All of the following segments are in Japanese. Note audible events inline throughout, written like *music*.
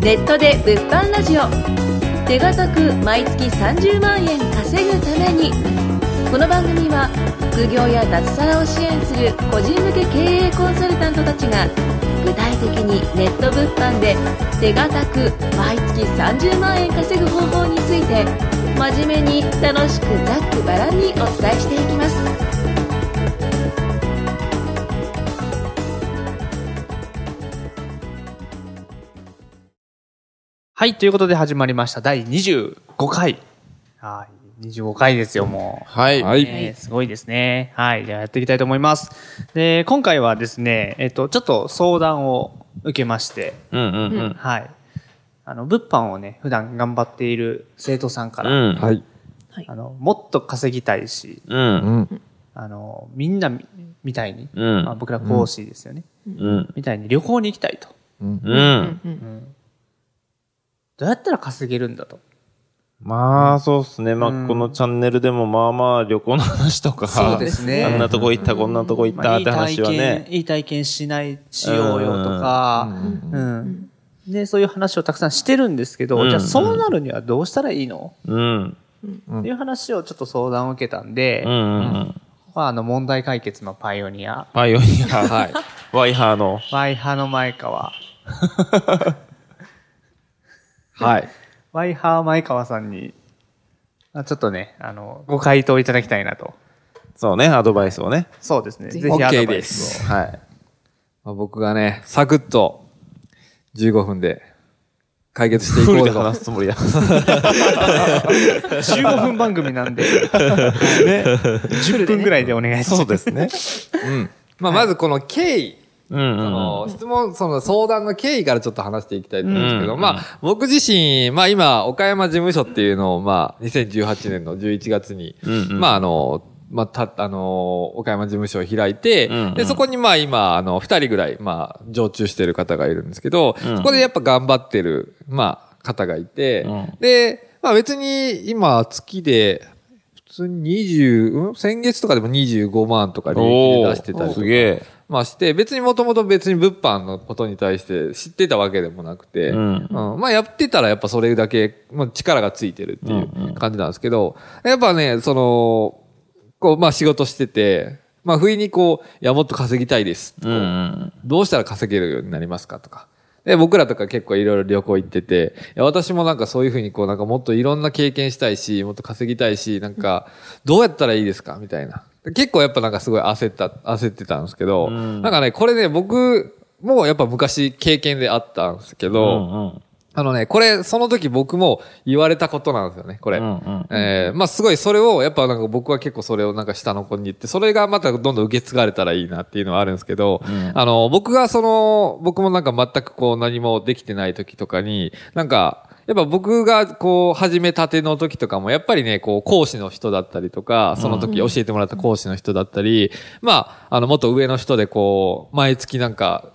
ネットで物販ラジオ手堅く毎月30万円稼ぐためにこの番組は副業や脱サラを支援する個人向け経営コンサルタントたちが具体的にネット物販で手堅く毎月30万円稼ぐ方法について真面目に楽しくざっくばらんにお伝えしていきますはい、ということで始まりました。第25回。はい、25回ですよ、もう。はい。はねい。すごいですね。はい、じゃあやっていきたいと思います。で、今回はですね、えっと、ちょっと相談を受けまして、うんうんうん。はい。あの、物販をね、普段頑張っている生徒さんかうら、ん。はい。あの、もっと稼ぎたいし、う。うんん。あの、みんなみみたいに、うん。うんまあ、僕ら講師ですよね、うん。みたいに旅行に行きたいと。うん。うん。どうやったら稼げるんだと。まあ、そうっすね。まうんあ、このチャンネルでも、まあまあ、旅行の話とか、そうですねあんなとこ行った、こんなとこ行っまたあ、っいいて体話は験、ね。いい体験しない、しようよとか、うん。ね、そういう話をたくさんしてるんですけど、うんじゃあそうなるにはどうしたらいいの、うん。うんっていう話をちょっと相談を受けたんで、うんうんうん。ここはあの問題解決のパイオニア、パイオニア。はい。ワイハーの。ワイハの前川、はい。ワイハー前川さんに、あちょっとね、あの、ご回答いただきたいなと。そうね、アドバイスをね。そうですね。ぜひオアッケドーバでイスす。はい。まあ僕がね、サクッと15分で解決していフこルうでと。話すつもりだ。を。15分番組 *laughs* なんで、10分ぐらいでお願いします。そうですね。うん。まあまずこの経緯、 *laughs* うんうそんうん。の質問、その相談の経緯からちょっと話していきたいと思うんですけど、うんまあ僕自身、まあ今、岡山事務所っていうのを、まあ2018年の11月に、うんうんまああの、まあ、た、あの岡山事務所を開いて、うんうんで、そこにまあ今、あの、二人ぐらい、まあ、常駐してる方がいるんですけど、うんそこでやっぱ頑張ってる、まあ、方がいて、うんで、まあ別に今、月で、普通に20、うん先月とかでも25万とか利益で出してたりおーとすかげえ。まあして、別にもともと別に物販のことに対して知ってたわけでもなくて、うんうんまあやってたらやっぱそれだけ、まあ、力がついてるっていう感じなんですけど、やっぱね、その、こう、まあ仕事してて、まあ不意にこう、いやもっと稼ぎたいです。うんうん。どうしたら稼げるようになりますかとか。で、僕らとか結構いろいろ旅行行ってて、いや私もなんかそういうふうにこうなんかもっといろんな経験したいし、もっと稼ぎたいし、なんかどうやったらいいですかみたいな。で結構やっぱなんかすごい焦った、焦ってたんですけど、んなんかね、これね、僕もやっぱ昔経験であったんですけうど、んあのね、これ、その時僕も言われたことなんですよね、これ。うんうんえーまあすごいそれを、やっぱなんか僕は結構それをなんか下の子に言って、それがまたどんどん受け継がれたらいいなっていうのはあるんですけど、んあの、僕がその、僕もなんか全くこう何もできてない時とかに、なんか、やっぱ僕がこう始めたての時とかも、やっぱりね、こう講師の人だったりとか、その時教えてもらった講師の人だったり、まあ、あの、もっと上の人でこう、毎月なんか、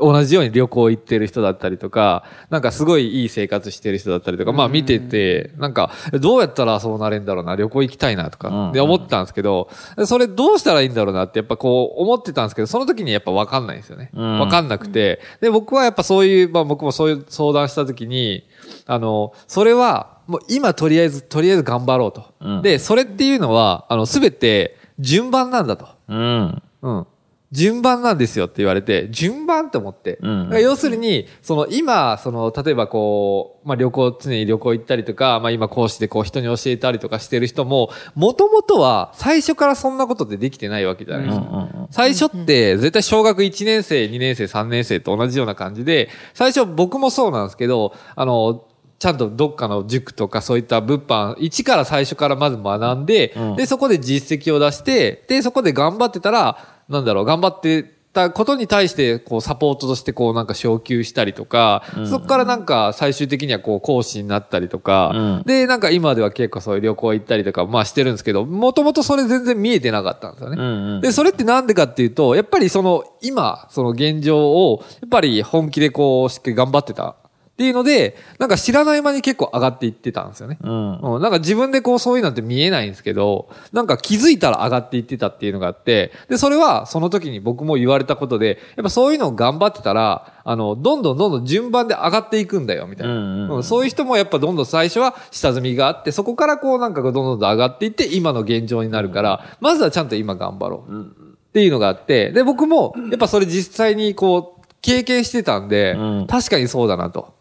同じように旅行行ってる人だったりとか、なんかすごいいい生活してる人だったりとか、まあ見てて、なんか、どうやったらそうなれんだろうな、旅行行きたいなとうんうかん、で思ってたんですけど、それどうしたらいいんだろうなってやっぱこう思ってたんですけど、その時にやっぱわかんないんですよね。うんわかんなくて、で、僕はやっぱそういう、まあ僕もそういう相談した時に、あの、それは、もう今とりあえず、とりあえず頑張ろうと。うんで、それっていうのは、あの、すべて順番なんだと。うん。うん。順番なんですよって言われて、順番って思って。うんだから要するに、その今、その、例えばこう、まあ旅行、常に旅行行ったりとか、まあ今講師でこう人に教えたりとかしてる人も、もともとは最初からそんなことってできてないわけじゃないですか。うんうん最初って絶対小学1年生、2年生、3年生と同じような感じで、最初僕もそうなんですけど、あの、ちゃんとどっかの塾とかそういった物販、一から最初からまず学んで、うんで、そこで実績を出して、で、そこで頑張ってたら、なんだろう、頑張って、たことに対して、こう、サポートとして、こう、なんか、昇給したりとか、そこからなんか、最終的には、こう、講師になったりとか、うんで、なんか、今では結構そういう旅行行ったりとか、まあ、してるんですけど、もともとそれ全然見えてなかったんですよね。うんうんで、それってなんでかっていうと、やっぱりその、今、その現状を、やっぱり本気でこう、しっかり頑張ってたっていうので、なんか知らない間に結構上がっていってたんですよね。うん。うん、なんか自分でこうそういうのって見えないんですけど、なんか気づいたら上がっていってたっていうのがあって、で、それはその時に僕も言われたことで、やっぱそういうのを頑張ってたら、あの、どんどんどんどん順番で上がっていくんだよ、みたいな。うんうんうんうんそういう人もやっぱどんどん最初は下積みがあって、そこからこうなんかどんどんどん上がっていって、今の現状になるから、まずはちゃんと今頑張ろう。っていうのがあって、で、僕もやっぱそれ実際にこう、経験してたんで、うん確かにそうだなと。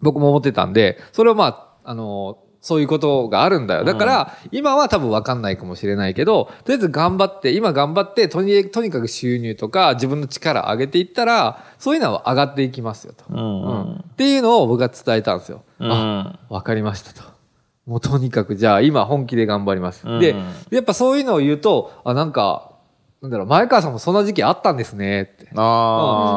僕も思ってたんで、それはまあ、あの、そういうことがあるんだよ。だから、今は多分分かんないかもしれないけど、とりあえず頑張って、今頑張って、とにとにかく収入とか自分の力上げていったら、そういうのは上がっていきますよと。うんうんっていうのを僕が伝えたんですよ。うんあ、わかりましたと。もうとにかくじゃあ今本気で頑張ります。うんで、やっぱそういうのを言うと、あ、なんか、なんだろう、前川さんもそんな時期あったんですねって。あう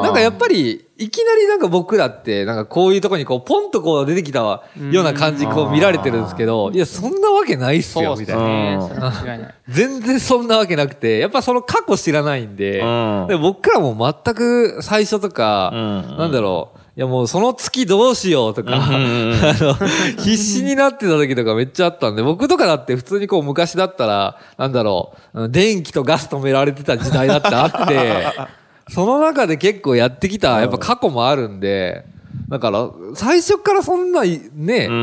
あ。んなんかやっぱり、いきなりなんか僕らって、なんかこういうとこにこう、ポンとこう出てきたような感じこう見られてるんですけど、いや、そんなわけないっすそよ、うみでたいすな。ね。うんそれは間違いない。全然そんなわけなくて、やっぱその過去知らないんで、うんで僕らも全く最初とか、うんなんだろう、いやもうその月どうしようとか、うんうんうん *laughs* あの、必死になってた時とかめっ *laughs* ちゃあったんで、僕とかだって普通にこう昔だったら、なんだろう、うん電気とガス止められてた時代だってあ *laughs* って、その中で結構やってきた、やっぱ過去もあるんで、だから、最初からそんな、ね、うん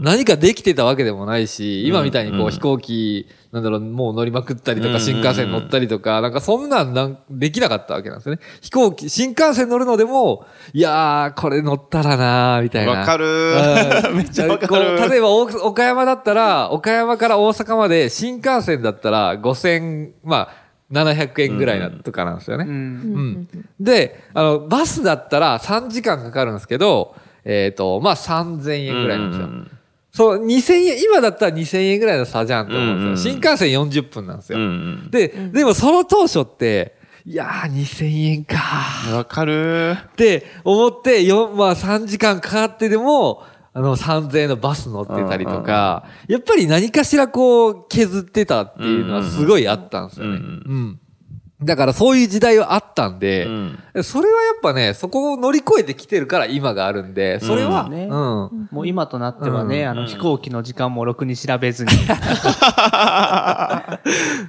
うん何かできてたわけでもないし、今みたいにうんこううん飛行機、なんだろう、もう乗りまくったりとうんうか、んうん新幹線乗ったりとか、なんかそんなんなんできなかったわけなんですよね。飛行機、新幹線乗るのでも、いやー、これ乗ったらなー、みうたいん。な。わかるうー。ん *laughs* めっちゃわかる。こう例えば、お岡山だったら、岡山から大阪まで新幹線だったら5000、まあ、700円ぐらいなとかなんですよね。うん。うん。で、あの、バスだったら3時間かかるんですけど、えっ、と、まあ、3000円ぐらいなんですよ。そう、2000円、今だったら2000円ぐらいの差じゃんと思うんですよ。うんうん新幹線40分なんですうよ。んうんで、んでもその当初って、いやー、2000円かーうん。わかるー。って思って、よまあ3時間かかってでも、あの3000円のバス乗ってたりとか、やっぱり何かしらこう削ってたっていうのはすごいあったんですよね。ううんん。だからそういう時代はあったんで、うんそれはやっぱね、そこを乗り越えてきてるから今があるんで、それうは、うんん。ねもう今となってはね、うんあうのん飛行機の時間もろくに調べず *laughs* に、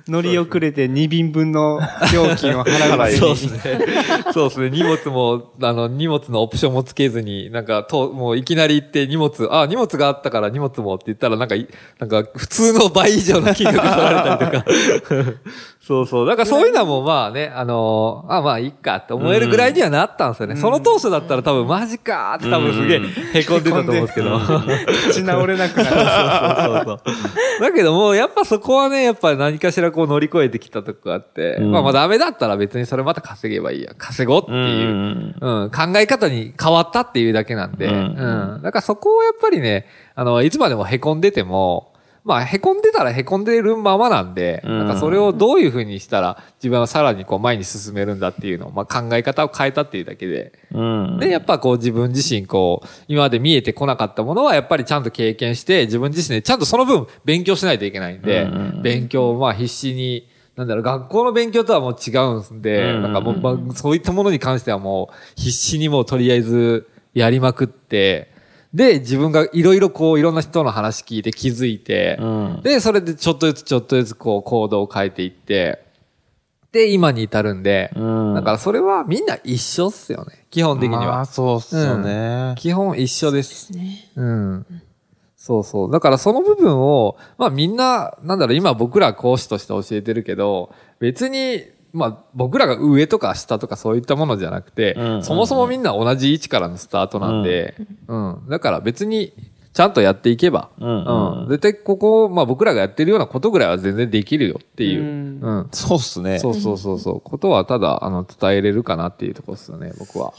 乗り遅れて2便分の料金を払わずそうにで。すね。そうですね。荷物も、あの、荷物のオプションもつけずに、なんか、と、もういきなり行って荷物、あ、荷物があったから荷物もって言ったら、なんかい、なんか、普通の倍以上の金額取られたりとか。そうそう。だからそういうのはもうまあね、あのあ、まあいいかって思えるぐらいにはなったんですよね。その当初だったら多分マジかーって多分すげうんえ凹んでたと思うんですけど。 *laughs* 立ち直れなくなる。そうそうそうそう。だけども、やっぱそこはね、やっぱ何かしらこう乗り越えてきたとこがあって、んまあまあダメだったら別にそれまた稼げばいいや。稼ごうってうんういう。んうん、考え方に変わったっていうだけなんで、ううんん、だからそこをやっぱりね、あの、いつまでも凹んでても、まあ、凹んでたら凹んでるままなんで、うんなんかそれをどういうふうにしたら自分はさらにこう前に進めるんだっていうのを、まあ考え方を変えたっていうだけで、うんうん。で、やっぱこう自分自身こう、今まで見えてこなかったものはやっぱりちゃんと経験して、自分自身でちゃんとその分勉強しないといけないんで、うんうんうん勉強をまあ必死に、なんだろう、学校の勉強とはもう違うんで、うんうんうんなんかもう、まあそういったものに関してはもう必死にもうとりあえずやりまくって、で、自分がいろいろこういろんな人の話聞いて気づいて、うんで、それでちょっとずつちょっとずつこう行動を変えていって、で、今に至るんで、うん。だからそれはみんな一緒っすよね。基本的には。まあ、そうっすよね。 *laughs* 基本一緒です。うん。そうそう。だからその部分を、まあみんな、なんだろう、今僕ら講師として教えてるけど、別に、まあ僕らが上とか下とかそういったものじゃなくて、うんそもそもみんな同じ位置からのスタートなんで、うん、だから別に、ちゃんとやっていけば、うんうん絶対ここ、まあ僕らがやってるようなことぐらいは全然できるよっていう。うんうんそうっすね。そうそうそうそう。ことはただ、あの、伝えれるかなっていうところですよね、僕は。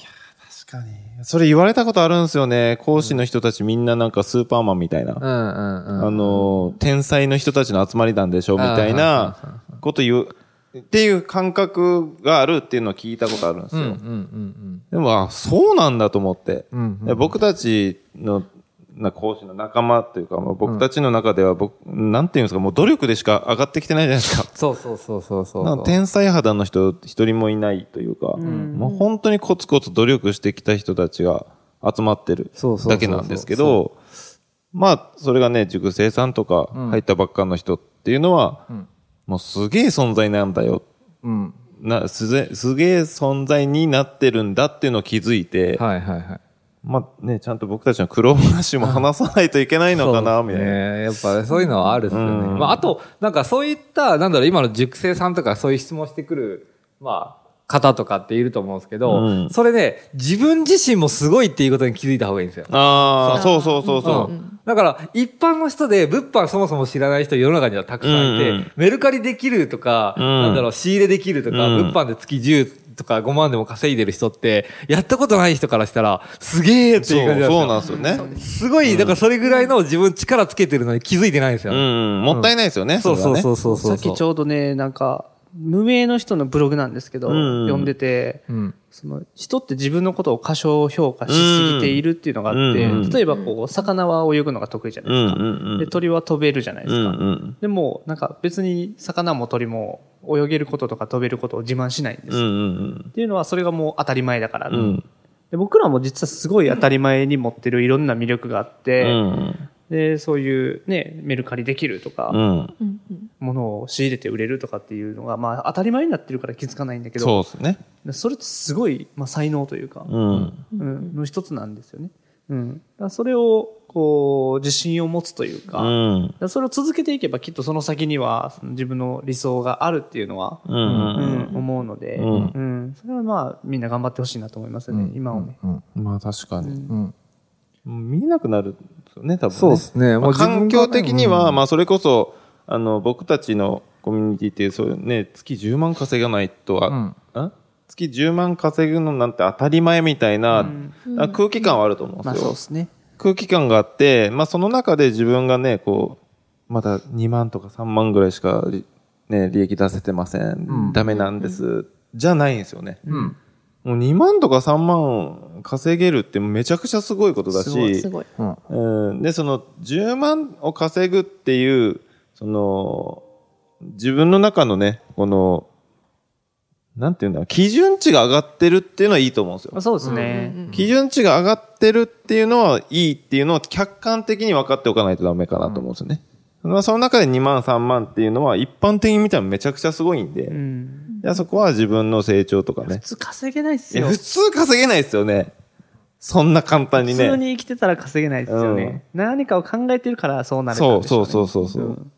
確かに。それ言われたことあるんですよね。講師の人たちみんななんかスーパーマンみたいな。うんうんうん。あのー、天才の人たちの集まりなんでしょみたいなこと言う、っていう感覚があるっていうのを聞いたことあるんですうんよ。うんうんでも、あ、そうなんだと思って。うん。うんうんで僕たちの、な講師の仲間というか、まあ僕たちの中では僕、なんていうんですか、もう努力でしか上がってきてないじゃないですか。そうそうそうそうそうなんか天才肌の人一人もいないというか、もう本当にコツコツ努力してきた人たちが集まってるそうそうそうそうだけなんですけど、まあ、それがね、塾生さんとかうん入ったばっかの人っていうのは、んもうすげえ存在なんだよ。うん。な、すぜすげえ存在になってるんだっていうのを気づいて、はいはいはい。まあね、ちゃんと僕たちの苦労話も話さないといけないのかな、みたいな。ね。やっぱそういうのはあるっすよね。うんまあ、あと、なんかそういった、なんだろう、今の塾生さんとかそういう質問してくる、まあ、方とかっていると思うんですけど、うんそれね、自分自身もすごいっていうことに気づいた方がいいんですよ。ああ、そうそうそうそうう。んだから、一般の人で、物販そもそも知らない人世の中にはたくさんいて、うんうんメルカリできるとか、うんなんだろう、仕入れできるとか、うん物販で月10とか5万でも稼いでる人って、やったことない人からしたら、すげーってそいう感うじなんですよ。そうなんですよね。すごい、だからそれぐらいの自分力つけてるのに気づいてないんですよ。うんうん、もったいないですよね。。そうそうそううそうそう。さっきちょうどね、なんか、無名の人のブログなんですけど、うん読んでて、うん。その人って自分のことを過小評価しすぎているっていうのがあって、うん例えばこう、魚は泳ぐのが得意じゃなういんですうか。んうんで、。鳥は飛べるじゃないでうすんか。うん。でも、なんか別に魚も鳥も泳げることとか飛べることを自慢しないんです。うんうっんていうのはそれがもう当たり前だから、うん。うんで。僕らも実はすごい当たり前に持ってるいろんな魅力があって、うんで、そういうね、メルカリできるとか、うん。うんうん物を仕入れて売れるとかっていうのが、まあ当たり前になってるから気づかないんだけそど、うですね。それってすごい、まあ、才能というか、うん。うん、の一つなんですよね。うん。だからそれを、こう、自信を持つというか、うん。だからそれを続けていけばきっとその先にはその自分の理想があるっていうのは、ううんん。思うので、うんうんそれはまあみんな頑張ってほしいなと思いますよね、今をね。うん。まあ確かに。うん。見えなくなるんですよね、多分ね。そうですね。まあ環境的には、ままあそれこそ、あの、僕たちのコミュニティって、そういうね、月10万稼がないとは、うんん月10万稼ぐのなんて当たり前みたいな、あ空気感はあると思うまんであすそうよで。すね。空気感があって、まあその中で自分がね、こう、まだ2万とか3万ぐらいしか、ね、利益出せてません。んダメなんです。じゃないんですよね。うん。もう2万とか3万稼げるってめちゃくちゃすごいことだすごしす、ごい。うん。うん、で、その10万を稼ぐっていう、その、自分の中のね、この、なんていうんだろう、基準値が上がってるっていうのはいいと思うんですよまあ、。そうですね。うんうんうん基準値が上がってるっていうのはいいっていうのを客観的に分かっておかないとダメかなと思うんですよね。まあその中で2万3万っていうのは一般的に見たらめちゃくちゃすごいんで、ういんやそこは自分の成長とか普ね。通稼げないっすいやよ。普通稼げないですよね。そんな簡単普に通ね。に生きてたら稼げないですよね。何かを考えてるからそうなるそうそうそうそうそう。ん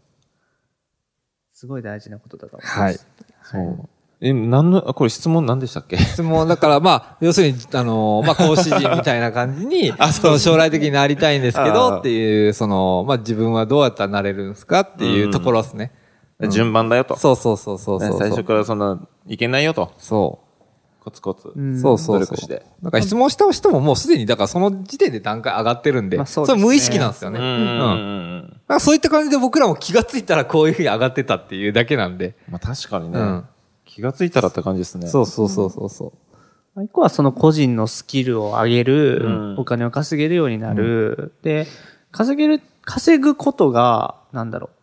すごい大事なことだと思います。はい。そうえ、なんの、あこれ質問何でしたっけ質問、だからまあ、要するに、あのー、まあ、講師陣みたいな感じ *laughs* に、その将来的になりたいんですけあど、ーっていう、その、まあ、自分はどうやったらなれるんですかっていうところですね。順番だよ *laughs* と。そうそうそうそうそう。ね最初からそんな、いけないよと。そう。コツコツ。んそうそうそう。努力してなんか質問した人ももうすでに、だからその時点で段階上がってるんで、まあそそうですねれ無意識なんですようね。んううんうんうん。なんかそういった感じで僕らも気がついたらこういうふうに上がってたっていうだけなんで。まあ確かにね、うん気がついたらって感じですね。そうそうそうそうそまあ一個はその個人のスキルを上げる、うんお金を稼げるようになる、で、稼げる、稼ぐことが、なんだろう、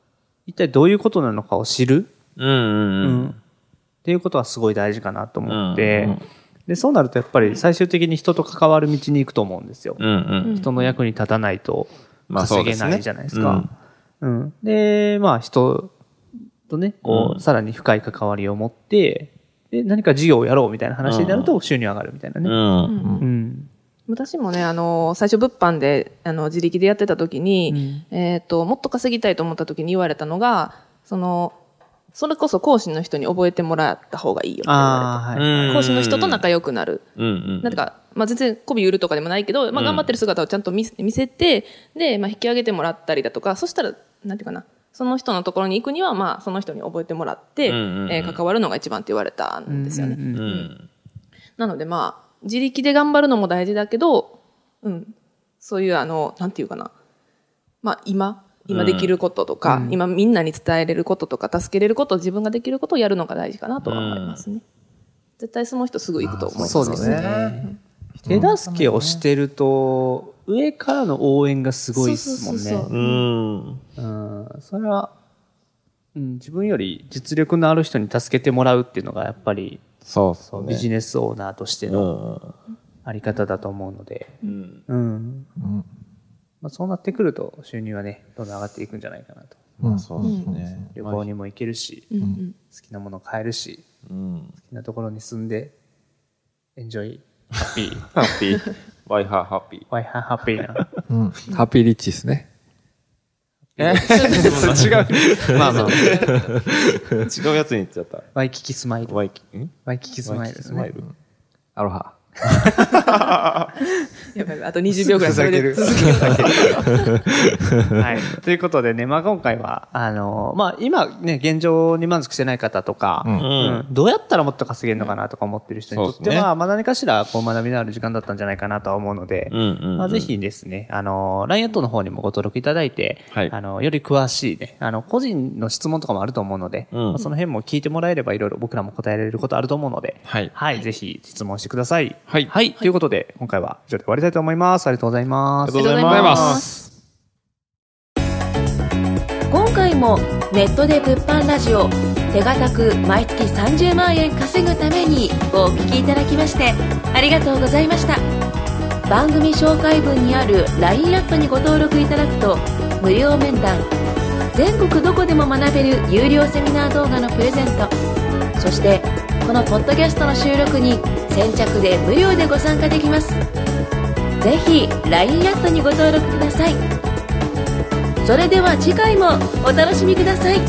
一体どういうことなのかを知る、うんうんう。うんんっていうことはすごい大事かなと思って、うんうんで、そうなるとやっぱり最終的に人と関わる道に行くと思うんですよ。うんうん。人の役に立たないとまあ稼げそうなでいすねじゃないですか。うん。で、まあ人とね、こうんう、さらに深い関わりを持って、で、何か事業をやろうみたいな話になると収入上がるみたいなね。う。うんんうんうん。私もね、あの、最初物販で、あの、自力でやってた時に、えっと、もっと稼ぎたいと思った時に言われたのが、その、それこそ講師の人に覚えてもらった方がいいよって言わああ、はうい。れんて。講師の人と仲良くなる。うんうん。なんてか、まあ、全然媚び売るとかでもないけど、まあ、うん頑張ってる姿をちゃんと見せ見せて、で、まあ、引き上げてもらったりだとか、そしたら、なんていうかな、その人のところに行くには、まあ、その人に覚えてもらって、うんうんうんえー関わるのが一番って言われたんですよね。うんうんううんん。なので、まあ、自力で頑張るのも大事だけど、うん、そういう、あの、なんていうかな、まあ、今、今できることとか、うん今みんなに伝えれることとか、助けれること、自分ができることをやるのが大事かなとは思いますね。絶対その人すぐ行くと思いますそうですね。手助けをしてると、上からの応援がすごいですもんそうそうそうね。うん。うん。それは、うん、自分より実力のある人に助けてもらうっていうのがやっぱりそうそうね。ビジネスオーナーとしてうのん。あり方だと思うので、うん。うん。うんまあ、そうなってくると収入はね、どんどん上がっていくんじゃないかなと。うんそうですね。旅行にも行けるし、ん好きなもの買えるし、うん。好きなところに住んで、エンジョイ、ハッピー。ハッピー。ワイハーハッピー。ワイハーハッピーな。うんハッピーリッチですね。え違う。まあまあ。違うやつに言っちゃった。ワイキキスマイル。ワイキ、んワイキキスマイルですね。ル。アロハ。やばいやばい、あと20秒ぐらいそれで続ける。はい。ということでね、まあ今回は、あのまあ今ね、現状に満足してない方とか、うんうんどうやったらもっと稼げるのかなとか思ってる人にとっそうてですねは、まあ何かしらこう学びのある時間だったんじゃないかなとは思うので、うんうんうんまあ、ぜひですね、あの、LINE アットの方にもご登録いただいて、はいあの、より詳しいね、あの、個人の質問とかもあると思うので、うんまあその辺も聞いてもらえればいろいろ僕らも答えられることあると思うので、はいはい、ぜひ質問してください。はいはい、ということで、今回は以上で終わりたいと思います。ありがとうございます。ありがとうございますす。今回もネットで物販ラジオ手堅く毎月30万円稼ぐためにお聞きいただきましてありがとうございました番組紹介文にある LINE アットにご登録いただくと無料面談全国どこでも学べる有料セミナー動画のプレゼントそしてこのポッドキャストの収録に先着で無料でご参加できますぜひ LINE アットにご登録くださいそれでは次回もお楽しみください